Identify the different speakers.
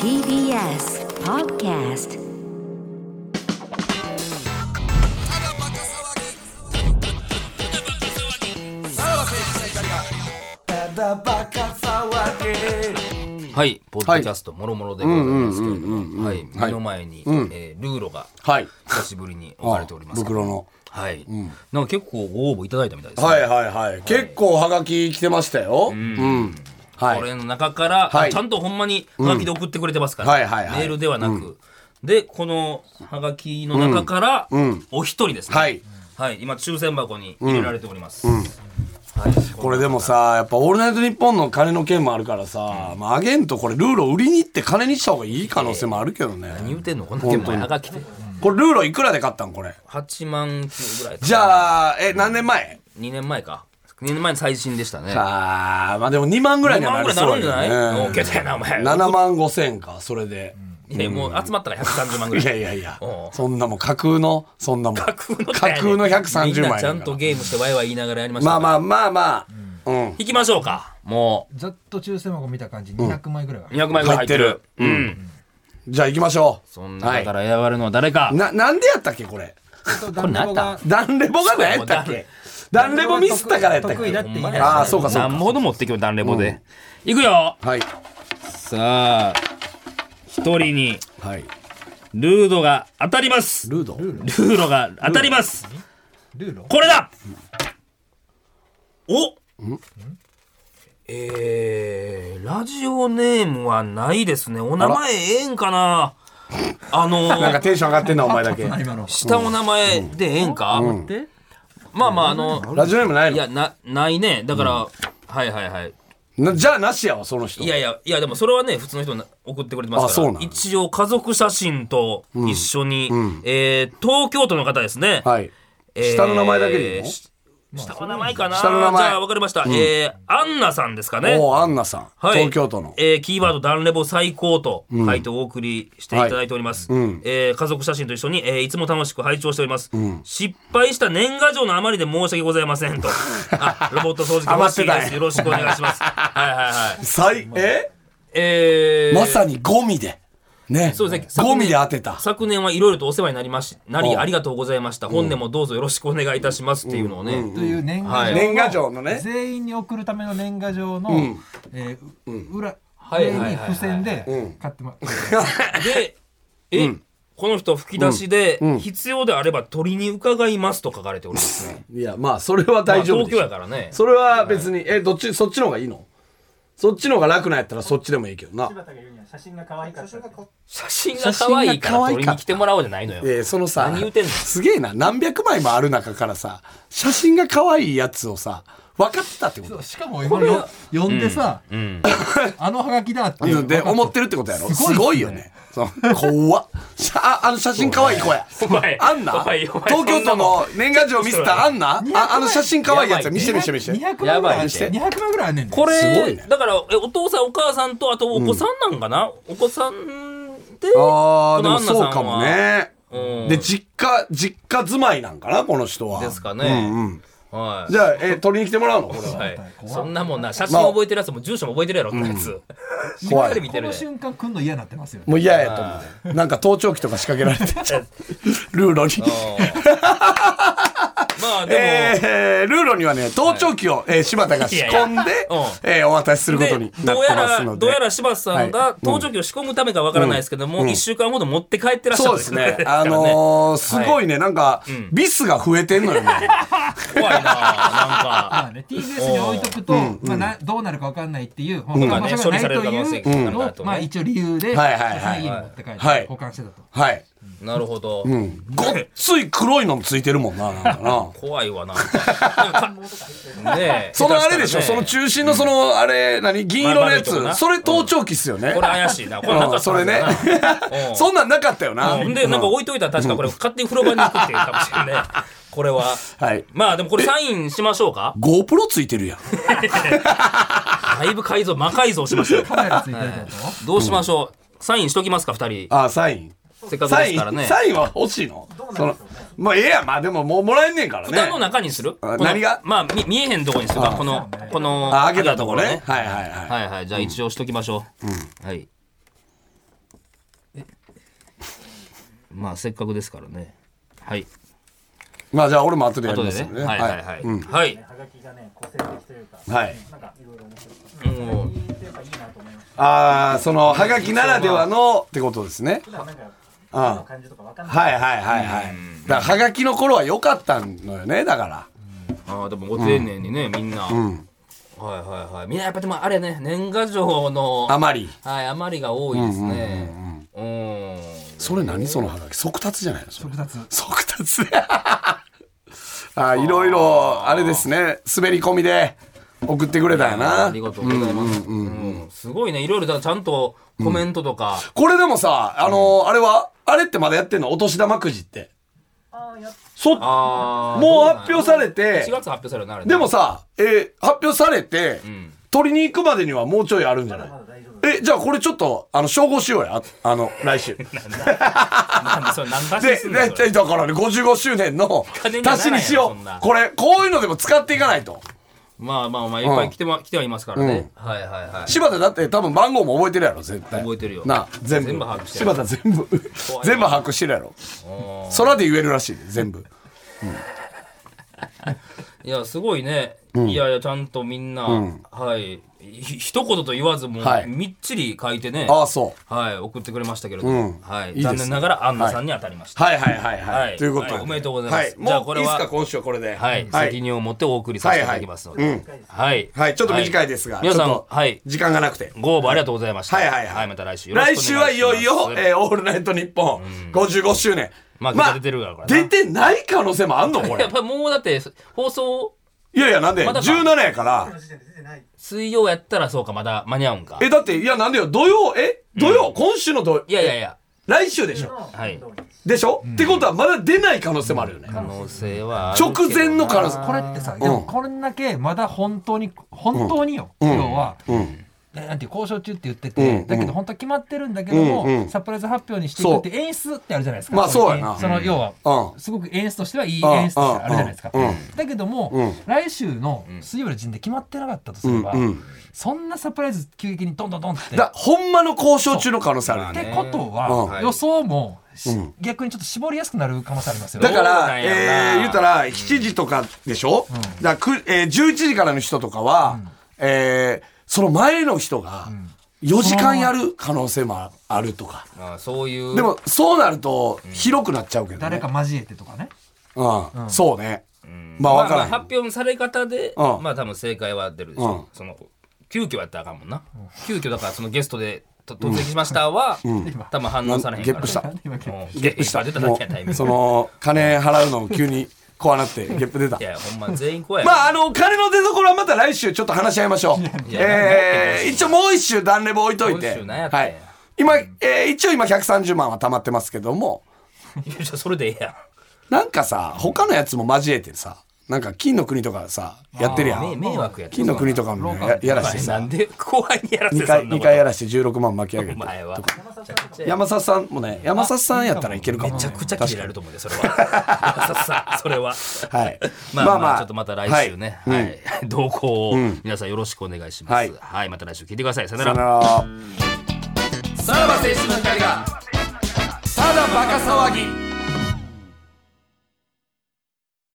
Speaker 1: TBS Podcast
Speaker 2: はい、ポッドキャストもろもろでございますけれども、はい、目の前に、えールーロが
Speaker 3: はい。
Speaker 2: 久しぶりに置かれておりますけど。
Speaker 3: 袋の。
Speaker 2: はい、なんか結構ご応募いただいたみたいですね。
Speaker 3: はいはいはい。結構はがき来てましたよ。うん。は
Speaker 2: これ
Speaker 3: い。
Speaker 2: の中から、
Speaker 3: はい
Speaker 2: ちゃんとほんまにハガキで送ってくれてますから、
Speaker 3: はいはいはい
Speaker 2: メールではなく、でこのハガキの中から、お一人ですね
Speaker 3: はい、
Speaker 2: はい今抽選箱に入れられております、はい、
Speaker 3: これでもさ、やっぱオールナイトニッポンの金の件もあるからさ、まあ、あげんとこれルーロ売りに行って金にした方がいい可能性もあるけど
Speaker 2: 何
Speaker 3: ね。
Speaker 2: 言うてんのこんな手前ハガキで
Speaker 3: これルーロいくらで買ったんこれ。
Speaker 2: 8万球ぐらい
Speaker 3: じ
Speaker 2: あ
Speaker 3: ゃあ、え、何年前
Speaker 2: 2年前か2年前の最新でしたね
Speaker 3: あー、まあでも2万ぐらいに
Speaker 2: 2
Speaker 3: はな
Speaker 2: 万ぐ
Speaker 3: り
Speaker 2: らいな
Speaker 3: そ
Speaker 2: るじゃない
Speaker 3: うん
Speaker 2: 儲けたやなお前
Speaker 3: 7万5千か、それで。
Speaker 2: いやもう集まったから130万ぐら
Speaker 3: い
Speaker 2: い
Speaker 3: やいやいや
Speaker 2: おう、
Speaker 3: そんなもん架空の、そんなもん。
Speaker 2: 架空の
Speaker 3: 架空の130万
Speaker 2: みん
Speaker 3: 円
Speaker 2: なちゃんとゲームしてワイワイ言いながらやりました
Speaker 3: まあま
Speaker 2: あ
Speaker 3: あまあまあ、うん。
Speaker 2: 行きましょうかも
Speaker 4: ざっと抽選箱見た感じ200枚ぐらいは
Speaker 2: う200万円ぐらい入ってる
Speaker 3: 入ってる
Speaker 2: うん
Speaker 3: じゃあ行きましょう。
Speaker 2: そん中から選ばれるのは誰か、
Speaker 3: な、なんでやったっけこれ。
Speaker 4: これ
Speaker 2: 何だ
Speaker 3: ダンレボが何やったっけダンレボミスったからやったっ
Speaker 4: 得意だっ
Speaker 3: け
Speaker 4: て言いなが
Speaker 3: あ
Speaker 4: ら
Speaker 3: あ、そうかそう
Speaker 2: 何
Speaker 3: か。
Speaker 2: ほど持ってきようダンレボで、いくよ
Speaker 3: はい。
Speaker 2: さあ一人に
Speaker 3: はい。
Speaker 2: ルードが当たりますル
Speaker 3: ルード
Speaker 2: ードが当たります
Speaker 4: ルーロ
Speaker 2: これだおえー、ラジオネームはないですねお名前ええんかなあのー
Speaker 3: なんかテンション上がってんな、お 前だけ。ラ
Speaker 4: 今の
Speaker 2: 下お名前でええんか、
Speaker 4: で
Speaker 2: まあまああの
Speaker 3: ジオネームない
Speaker 2: いや
Speaker 3: の
Speaker 2: なないねだから、はいはいはい
Speaker 3: なじゃあなしやわ、その人
Speaker 2: い。やいや、いやでもそれはね、普通の人な送ってくれてま
Speaker 3: あ
Speaker 2: す
Speaker 3: そ
Speaker 2: か
Speaker 3: うな
Speaker 2: ら
Speaker 3: の、
Speaker 2: 一応家族写真と一緒に、えー東京都の方ですね。
Speaker 3: はい。
Speaker 2: えー
Speaker 3: 下の名前だけでいいの
Speaker 2: し下の名前かな
Speaker 3: 下の名前
Speaker 2: じゃあ分かりました。えーアンナさんですかね。
Speaker 3: おう、アンナさん。
Speaker 2: はい
Speaker 3: 東京都の。
Speaker 2: えーキーワード、ダンレボ最高と書いてお送りしていただいております。えー家族写真と一緒に、えーいつも楽しく拝聴しております。失敗した年賀状の余りで申し訳ございません と。あ、ロボット掃除機欲しい
Speaker 3: 余って
Speaker 2: で
Speaker 3: たん
Speaker 2: す。
Speaker 3: や
Speaker 2: よろしくお願いし ます。はいはいはい。
Speaker 3: 最、え
Speaker 2: えー
Speaker 3: まさにゴミで。ね。
Speaker 2: そうですね
Speaker 3: ゴミで当てた。
Speaker 2: 昨年はいろいろとお世話になりましなり
Speaker 3: お
Speaker 2: ありがとうございました本年もどうぞよろしくお願いいたしますっていうのをね、
Speaker 4: という年賀
Speaker 2: はい
Speaker 4: 状
Speaker 3: 年賀状のね
Speaker 4: 全員に送るための年賀状の、えー裏
Speaker 2: はい
Speaker 4: 上に付箋で買ってます、
Speaker 2: でえ、この人吹き出しで、必要であれば鳥に伺いますと書かれておりますね
Speaker 3: いや、まあ、それは 大丈
Speaker 2: まあ東
Speaker 3: 夫
Speaker 2: 京
Speaker 3: でしょ
Speaker 2: やからね
Speaker 3: それは別に、え、どっち、そっちの方がいいのそっちの方が楽なんやったらそっちでもいいけどな。
Speaker 2: 写真が可愛いから
Speaker 3: 写真が可愛いか
Speaker 2: 鳥に来てもらおうじゃないのよ
Speaker 3: えー、そのさ
Speaker 2: 何言うてんの
Speaker 3: すげえな何百枚もある中からさ写真が可愛いやつをさ分かってたってこと
Speaker 4: しかも今よ呼んでさ、あのハガキだっていう
Speaker 3: で思ってるってことやろ
Speaker 4: すごいっす
Speaker 3: す
Speaker 4: ね
Speaker 3: ごいよねそう怖っしゃああの写真可愛い子や
Speaker 2: お前
Speaker 3: あんな
Speaker 2: お前お前
Speaker 3: 東京都の年賀状見せたあんなああの写真可愛いやつや見して見して見して
Speaker 4: 200万ぐらいあんねん
Speaker 2: やばい
Speaker 3: ね
Speaker 4: 200万ぐらいあんねんで
Speaker 2: これ
Speaker 3: すごいね
Speaker 2: だからえお父さんお母さんとあとお子さんなんかな、お子さんで
Speaker 3: あー
Speaker 2: こ
Speaker 3: で
Speaker 2: の
Speaker 3: も
Speaker 2: アンナさん
Speaker 3: そ
Speaker 2: は
Speaker 3: うかもね
Speaker 2: うん
Speaker 3: で実家実家住まいなんかなこの人は
Speaker 2: ですか
Speaker 3: う
Speaker 2: ね、
Speaker 3: んうん
Speaker 2: はい
Speaker 3: じゃあ、えー取りに来てもらうのこれは
Speaker 2: はい、そんなもんな写真覚えてるやつも住所も覚えてるやろこのやつ、しっ
Speaker 3: 怖
Speaker 2: かり
Speaker 3: い
Speaker 2: 見て
Speaker 4: こ
Speaker 2: る
Speaker 4: の
Speaker 2: で
Speaker 4: 瞬間来んの嫌になってますよね
Speaker 3: もう嫌やと思うねなんか盗聴器とか仕掛けられて んじゃんルーロに
Speaker 2: まあでも、
Speaker 3: えー、ルーロにはね盗聴器を、えー柴田が仕込んで
Speaker 2: いやいやうん
Speaker 3: えーお渡しすることに
Speaker 2: で
Speaker 3: なっ
Speaker 2: どう
Speaker 3: て
Speaker 2: や
Speaker 3: ます
Speaker 2: ら
Speaker 3: ので
Speaker 2: どうやら柴田さん
Speaker 3: は
Speaker 2: が盗聴器を仕込むためかわからないですけども、一1週間ほど持って帰ってらっしゃ
Speaker 3: そ
Speaker 2: ると
Speaker 3: う
Speaker 2: い
Speaker 3: です
Speaker 2: こと
Speaker 3: ね
Speaker 2: ですか ら
Speaker 3: あ
Speaker 2: ね
Speaker 3: のー、すごいねなんか、ビスが増えてんのよね
Speaker 2: 怖いななん
Speaker 4: ま
Speaker 2: か
Speaker 4: あね、TBS に置いとくと、まあ、などうなるかわかんないっていう、保管場所がないと
Speaker 2: まあね処理され
Speaker 4: い
Speaker 2: る可能性
Speaker 4: う
Speaker 2: が
Speaker 4: のを、
Speaker 2: あるとね
Speaker 4: まあ一応理由で、
Speaker 3: はいはいはい
Speaker 4: 家に持って帰って、
Speaker 3: はい
Speaker 4: 保管してたと。
Speaker 3: はい、
Speaker 2: なるほど、
Speaker 3: うん、ごっつい黒いのもついてるもんななんかな
Speaker 2: 怖いわなん かでもかねえ
Speaker 3: そのあれでしょ、
Speaker 2: 下手たら
Speaker 3: その
Speaker 2: ね
Speaker 3: 中心のそのあれ何銀色のやつ、
Speaker 2: まあまあまあ
Speaker 3: それ盗聴器っすよね、
Speaker 2: これ怪しいなこれなか
Speaker 3: う
Speaker 2: っ
Speaker 3: ん
Speaker 2: た
Speaker 3: それね そんなんなかったよな、
Speaker 2: うんでなんか
Speaker 3: うん
Speaker 2: 置いといたら確かこれ勝手に風呂場に行くっていうかもしれないこれは
Speaker 3: はい
Speaker 2: まあでもこれサインしましょうか
Speaker 3: GoPro ついてるやん
Speaker 2: だいぶ改造魔改造しましたよ
Speaker 4: カメラついてるってこと
Speaker 2: どうしましょう、サインしときますか二人
Speaker 3: あサイン
Speaker 2: せっかく
Speaker 3: サ
Speaker 2: です
Speaker 3: イン
Speaker 2: からね
Speaker 3: サインは欲しいのそのまあええやんまあでももうもらえんねんからね
Speaker 2: 蓋の中にする
Speaker 3: あ
Speaker 2: この
Speaker 3: 何が
Speaker 2: まあ、み見えへんとこにするか。この、この、
Speaker 3: あ開けたとこねはいはいはい、
Speaker 2: はいはい、じゃあ一応しときましょう。はい。まあ、せっかくですからね。はい。
Speaker 3: まあじゃあ俺も後でやり
Speaker 2: 後
Speaker 3: ま
Speaker 2: です
Speaker 3: よね
Speaker 2: ね。はいはいはい。
Speaker 3: うん
Speaker 2: はい。
Speaker 5: ハガキがね、個性的というか、
Speaker 3: はい
Speaker 5: なんかいろいろ面白かった。
Speaker 2: もう
Speaker 5: やっぱいいなと思いました。
Speaker 3: ああそのハガキならではのってことですね
Speaker 5: 普段なんか、
Speaker 3: あ
Speaker 5: 今の感じとかわかんない。
Speaker 3: はいはいはいはいだからハガキの頃は良かったのよねだから
Speaker 2: ああ、でもご丁寧にね、みんな。はいはいはい。みんなやっぱでもあれね、年賀状の、
Speaker 3: あまり
Speaker 2: はい、余りが多いですね。うん。
Speaker 3: それ何そのハガキ速達じゃないのそれ
Speaker 4: 複雑
Speaker 3: 速達 あーいろいろあれですね滑り込みで送ってくれたんや
Speaker 2: あ
Speaker 3: な
Speaker 2: りがとうございます。うんすごいね、いろいろだからちゃんとコメントとか。
Speaker 3: これでもさあのーあれはあれってまだやってんのお年玉くじって
Speaker 5: ああ、やっ
Speaker 3: そ
Speaker 2: ああ。
Speaker 3: もう発表されて
Speaker 2: 4月発表されるな、あれね
Speaker 3: でも、さ、えー発表されて、
Speaker 2: ん
Speaker 3: 取りに行くまでにはもうちょいあるんじゃない
Speaker 5: た大丈夫。
Speaker 3: え、じゃあこれちょっと、あの、照合しようや。ああの、来週。で、
Speaker 2: なん でそれ何出しすんのそれ
Speaker 3: でだからね、55周年の
Speaker 2: 金にはならんやろ
Speaker 3: 足しにしよ
Speaker 2: そんな
Speaker 3: う。これ、こういうのでも使っていかないと。
Speaker 2: まあまあまあ、いっぱい来て,、ま来てはいますからね。はいはいはい。
Speaker 3: 柴田だって多分番号も覚えてるやろ、絶対。
Speaker 2: 覚えてるよ
Speaker 3: なあ、全部。
Speaker 2: 全部把握してる
Speaker 3: 柴田全部、全部把握してるやろ。空で言えるらしいで、全部。
Speaker 2: いや、すごいね。いやいや、ちゃんとみんな、はい。ひ一言と言わず、もう、
Speaker 3: はい
Speaker 2: みっちり書いてね。
Speaker 3: ああ、そう。
Speaker 2: はい、送ってくれましたけれど
Speaker 3: う
Speaker 2: も、
Speaker 3: ん
Speaker 2: はい
Speaker 3: いいです
Speaker 2: 残
Speaker 3: ね
Speaker 2: 念ながら、アンナさんに当たりました。
Speaker 3: はいはいはいはい。
Speaker 2: はい
Speaker 3: ということで、
Speaker 2: はいおめでとうございます
Speaker 3: はもう
Speaker 2: じゃあこれはい
Speaker 3: いっすか、今週はこれで。
Speaker 2: はい、責任を持ってお送りさせていただきますので。は
Speaker 3: は
Speaker 2: いい、
Speaker 3: は
Speaker 2: はいい
Speaker 3: はい、ちょっと短いですが、
Speaker 2: 皆さ
Speaker 3: ち
Speaker 2: ん
Speaker 3: ょっ、と
Speaker 2: はい。
Speaker 3: 時間がなくて。
Speaker 2: ご応募ありがとうございました。
Speaker 3: はいはいはい
Speaker 2: また来週よろし
Speaker 3: 来
Speaker 2: くお願いします。
Speaker 3: 週はいよいよ、えーオールナイトニッポン55周年。
Speaker 2: まあ出てるからな
Speaker 3: 出てない可能性もあんのこ
Speaker 2: や
Speaker 3: れ
Speaker 2: っ。ぱもうだって、放送、
Speaker 3: いやいや、なんで、
Speaker 2: まだか
Speaker 3: 17やから。
Speaker 2: 水曜やったらそうか、まだ間に合うんか。
Speaker 3: え、だって、いや、なんでよ、土曜、え土曜、今週の土曜。
Speaker 2: いやいやいや、
Speaker 3: 来週でしょ
Speaker 2: はい。
Speaker 3: でしょ、ってことは、まだ出ない可能性もあるよね。
Speaker 2: 可能性はある
Speaker 3: 直
Speaker 2: けど
Speaker 3: 前の可能性。
Speaker 4: これってさ、でもこれだけまだ本当に、本当によ、要は、ななんていう交渉中って言ってて、だけど本当は決まってるんだけども、サプライズ発表にしていくって演出ってあるじゃないですか。
Speaker 3: まあそうやな
Speaker 4: その要は、
Speaker 3: うん
Speaker 4: すごく演出としてはいい演出あるじゃないですか。
Speaker 3: うんうん
Speaker 4: だけども、来週の水曜日の陣で決まってなかったとすれば、そんなサプライズ急激にどんどんどんって。
Speaker 3: だ、ほんまの交渉中の可能性あるよ
Speaker 4: っ
Speaker 3: ね。
Speaker 4: てこと
Speaker 3: う
Speaker 4: は、
Speaker 2: ん
Speaker 4: 予想もし、逆にちょっと絞りやすくなる可能性ありますよね。
Speaker 3: だか
Speaker 2: そう
Speaker 3: ら、
Speaker 2: なんやな
Speaker 3: えー、言うたら、7時とかでしょ、だからく、えー、11時からの人とかは、えーその前の人が、4時間やる可能性もああるとか。
Speaker 2: あそういう。
Speaker 3: でも、そうなると、広くなっちゃうけどね。
Speaker 4: 誰か交えてとかね。
Speaker 3: うん、そうね。まあ、
Speaker 2: ま
Speaker 3: わ
Speaker 2: あ
Speaker 3: か
Speaker 2: まあ
Speaker 3: ら
Speaker 2: 発
Speaker 3: ない。
Speaker 2: 表のされ方で、
Speaker 3: うん
Speaker 2: まあ多分正解は出るでし
Speaker 3: うん
Speaker 2: ょう。その、急遽やったらあかんもんな。急遽だからそのゲストでと突撃しましたは、多分反応されへんから。
Speaker 3: ゲップした。
Speaker 4: 今結構
Speaker 2: うん。
Speaker 3: ゲップした。
Speaker 2: 出ただ
Speaker 3: も
Speaker 2: けやタイミン
Speaker 3: う、
Speaker 2: グ
Speaker 3: その、金払うの急に怖なって、ゲップ出た
Speaker 2: い。や、ほんま全員怖い。
Speaker 3: まあ、あの、金の出所はまた来週ちょっと話し合いましょう。
Speaker 2: いや
Speaker 3: えー、一応もう一週段レボ置いとい
Speaker 2: もう
Speaker 3: て
Speaker 2: 一。週なんやって
Speaker 3: はい。今、えー、一応今130万は溜まってますけども、
Speaker 2: いやじゃあそれでええやん。
Speaker 3: なんかさ、他のやつも交えてさ、なんか金の国とかさ、やってるや
Speaker 2: め
Speaker 3: ん。
Speaker 2: 迷惑やって
Speaker 3: 金の国とかもややらして
Speaker 2: な
Speaker 3: さ
Speaker 2: ん、で後輩にやらせ
Speaker 3: 2
Speaker 2: てそ
Speaker 3: 回、
Speaker 2: んなこ
Speaker 3: 二
Speaker 2: と
Speaker 3: 回やらして16万巻き上げ
Speaker 2: お
Speaker 3: て。
Speaker 2: 前は。
Speaker 3: 山里さんもね、山里さんやったらいけるかもね。
Speaker 2: めちゃくちゃ切れられると思うで、それは。さっさ、それ は。
Speaker 3: はい。
Speaker 2: まあまあ、ちょっとまた来週ね、
Speaker 3: は
Speaker 2: はいい
Speaker 3: うん
Speaker 2: 動向を皆さんよろしくお願いします。
Speaker 3: はい
Speaker 2: はい、また来週聞いてください。さよな
Speaker 3: さよ
Speaker 2: ら
Speaker 3: な。ら。
Speaker 2: さらば青春の光が、
Speaker 3: ただバカ騒ぎ。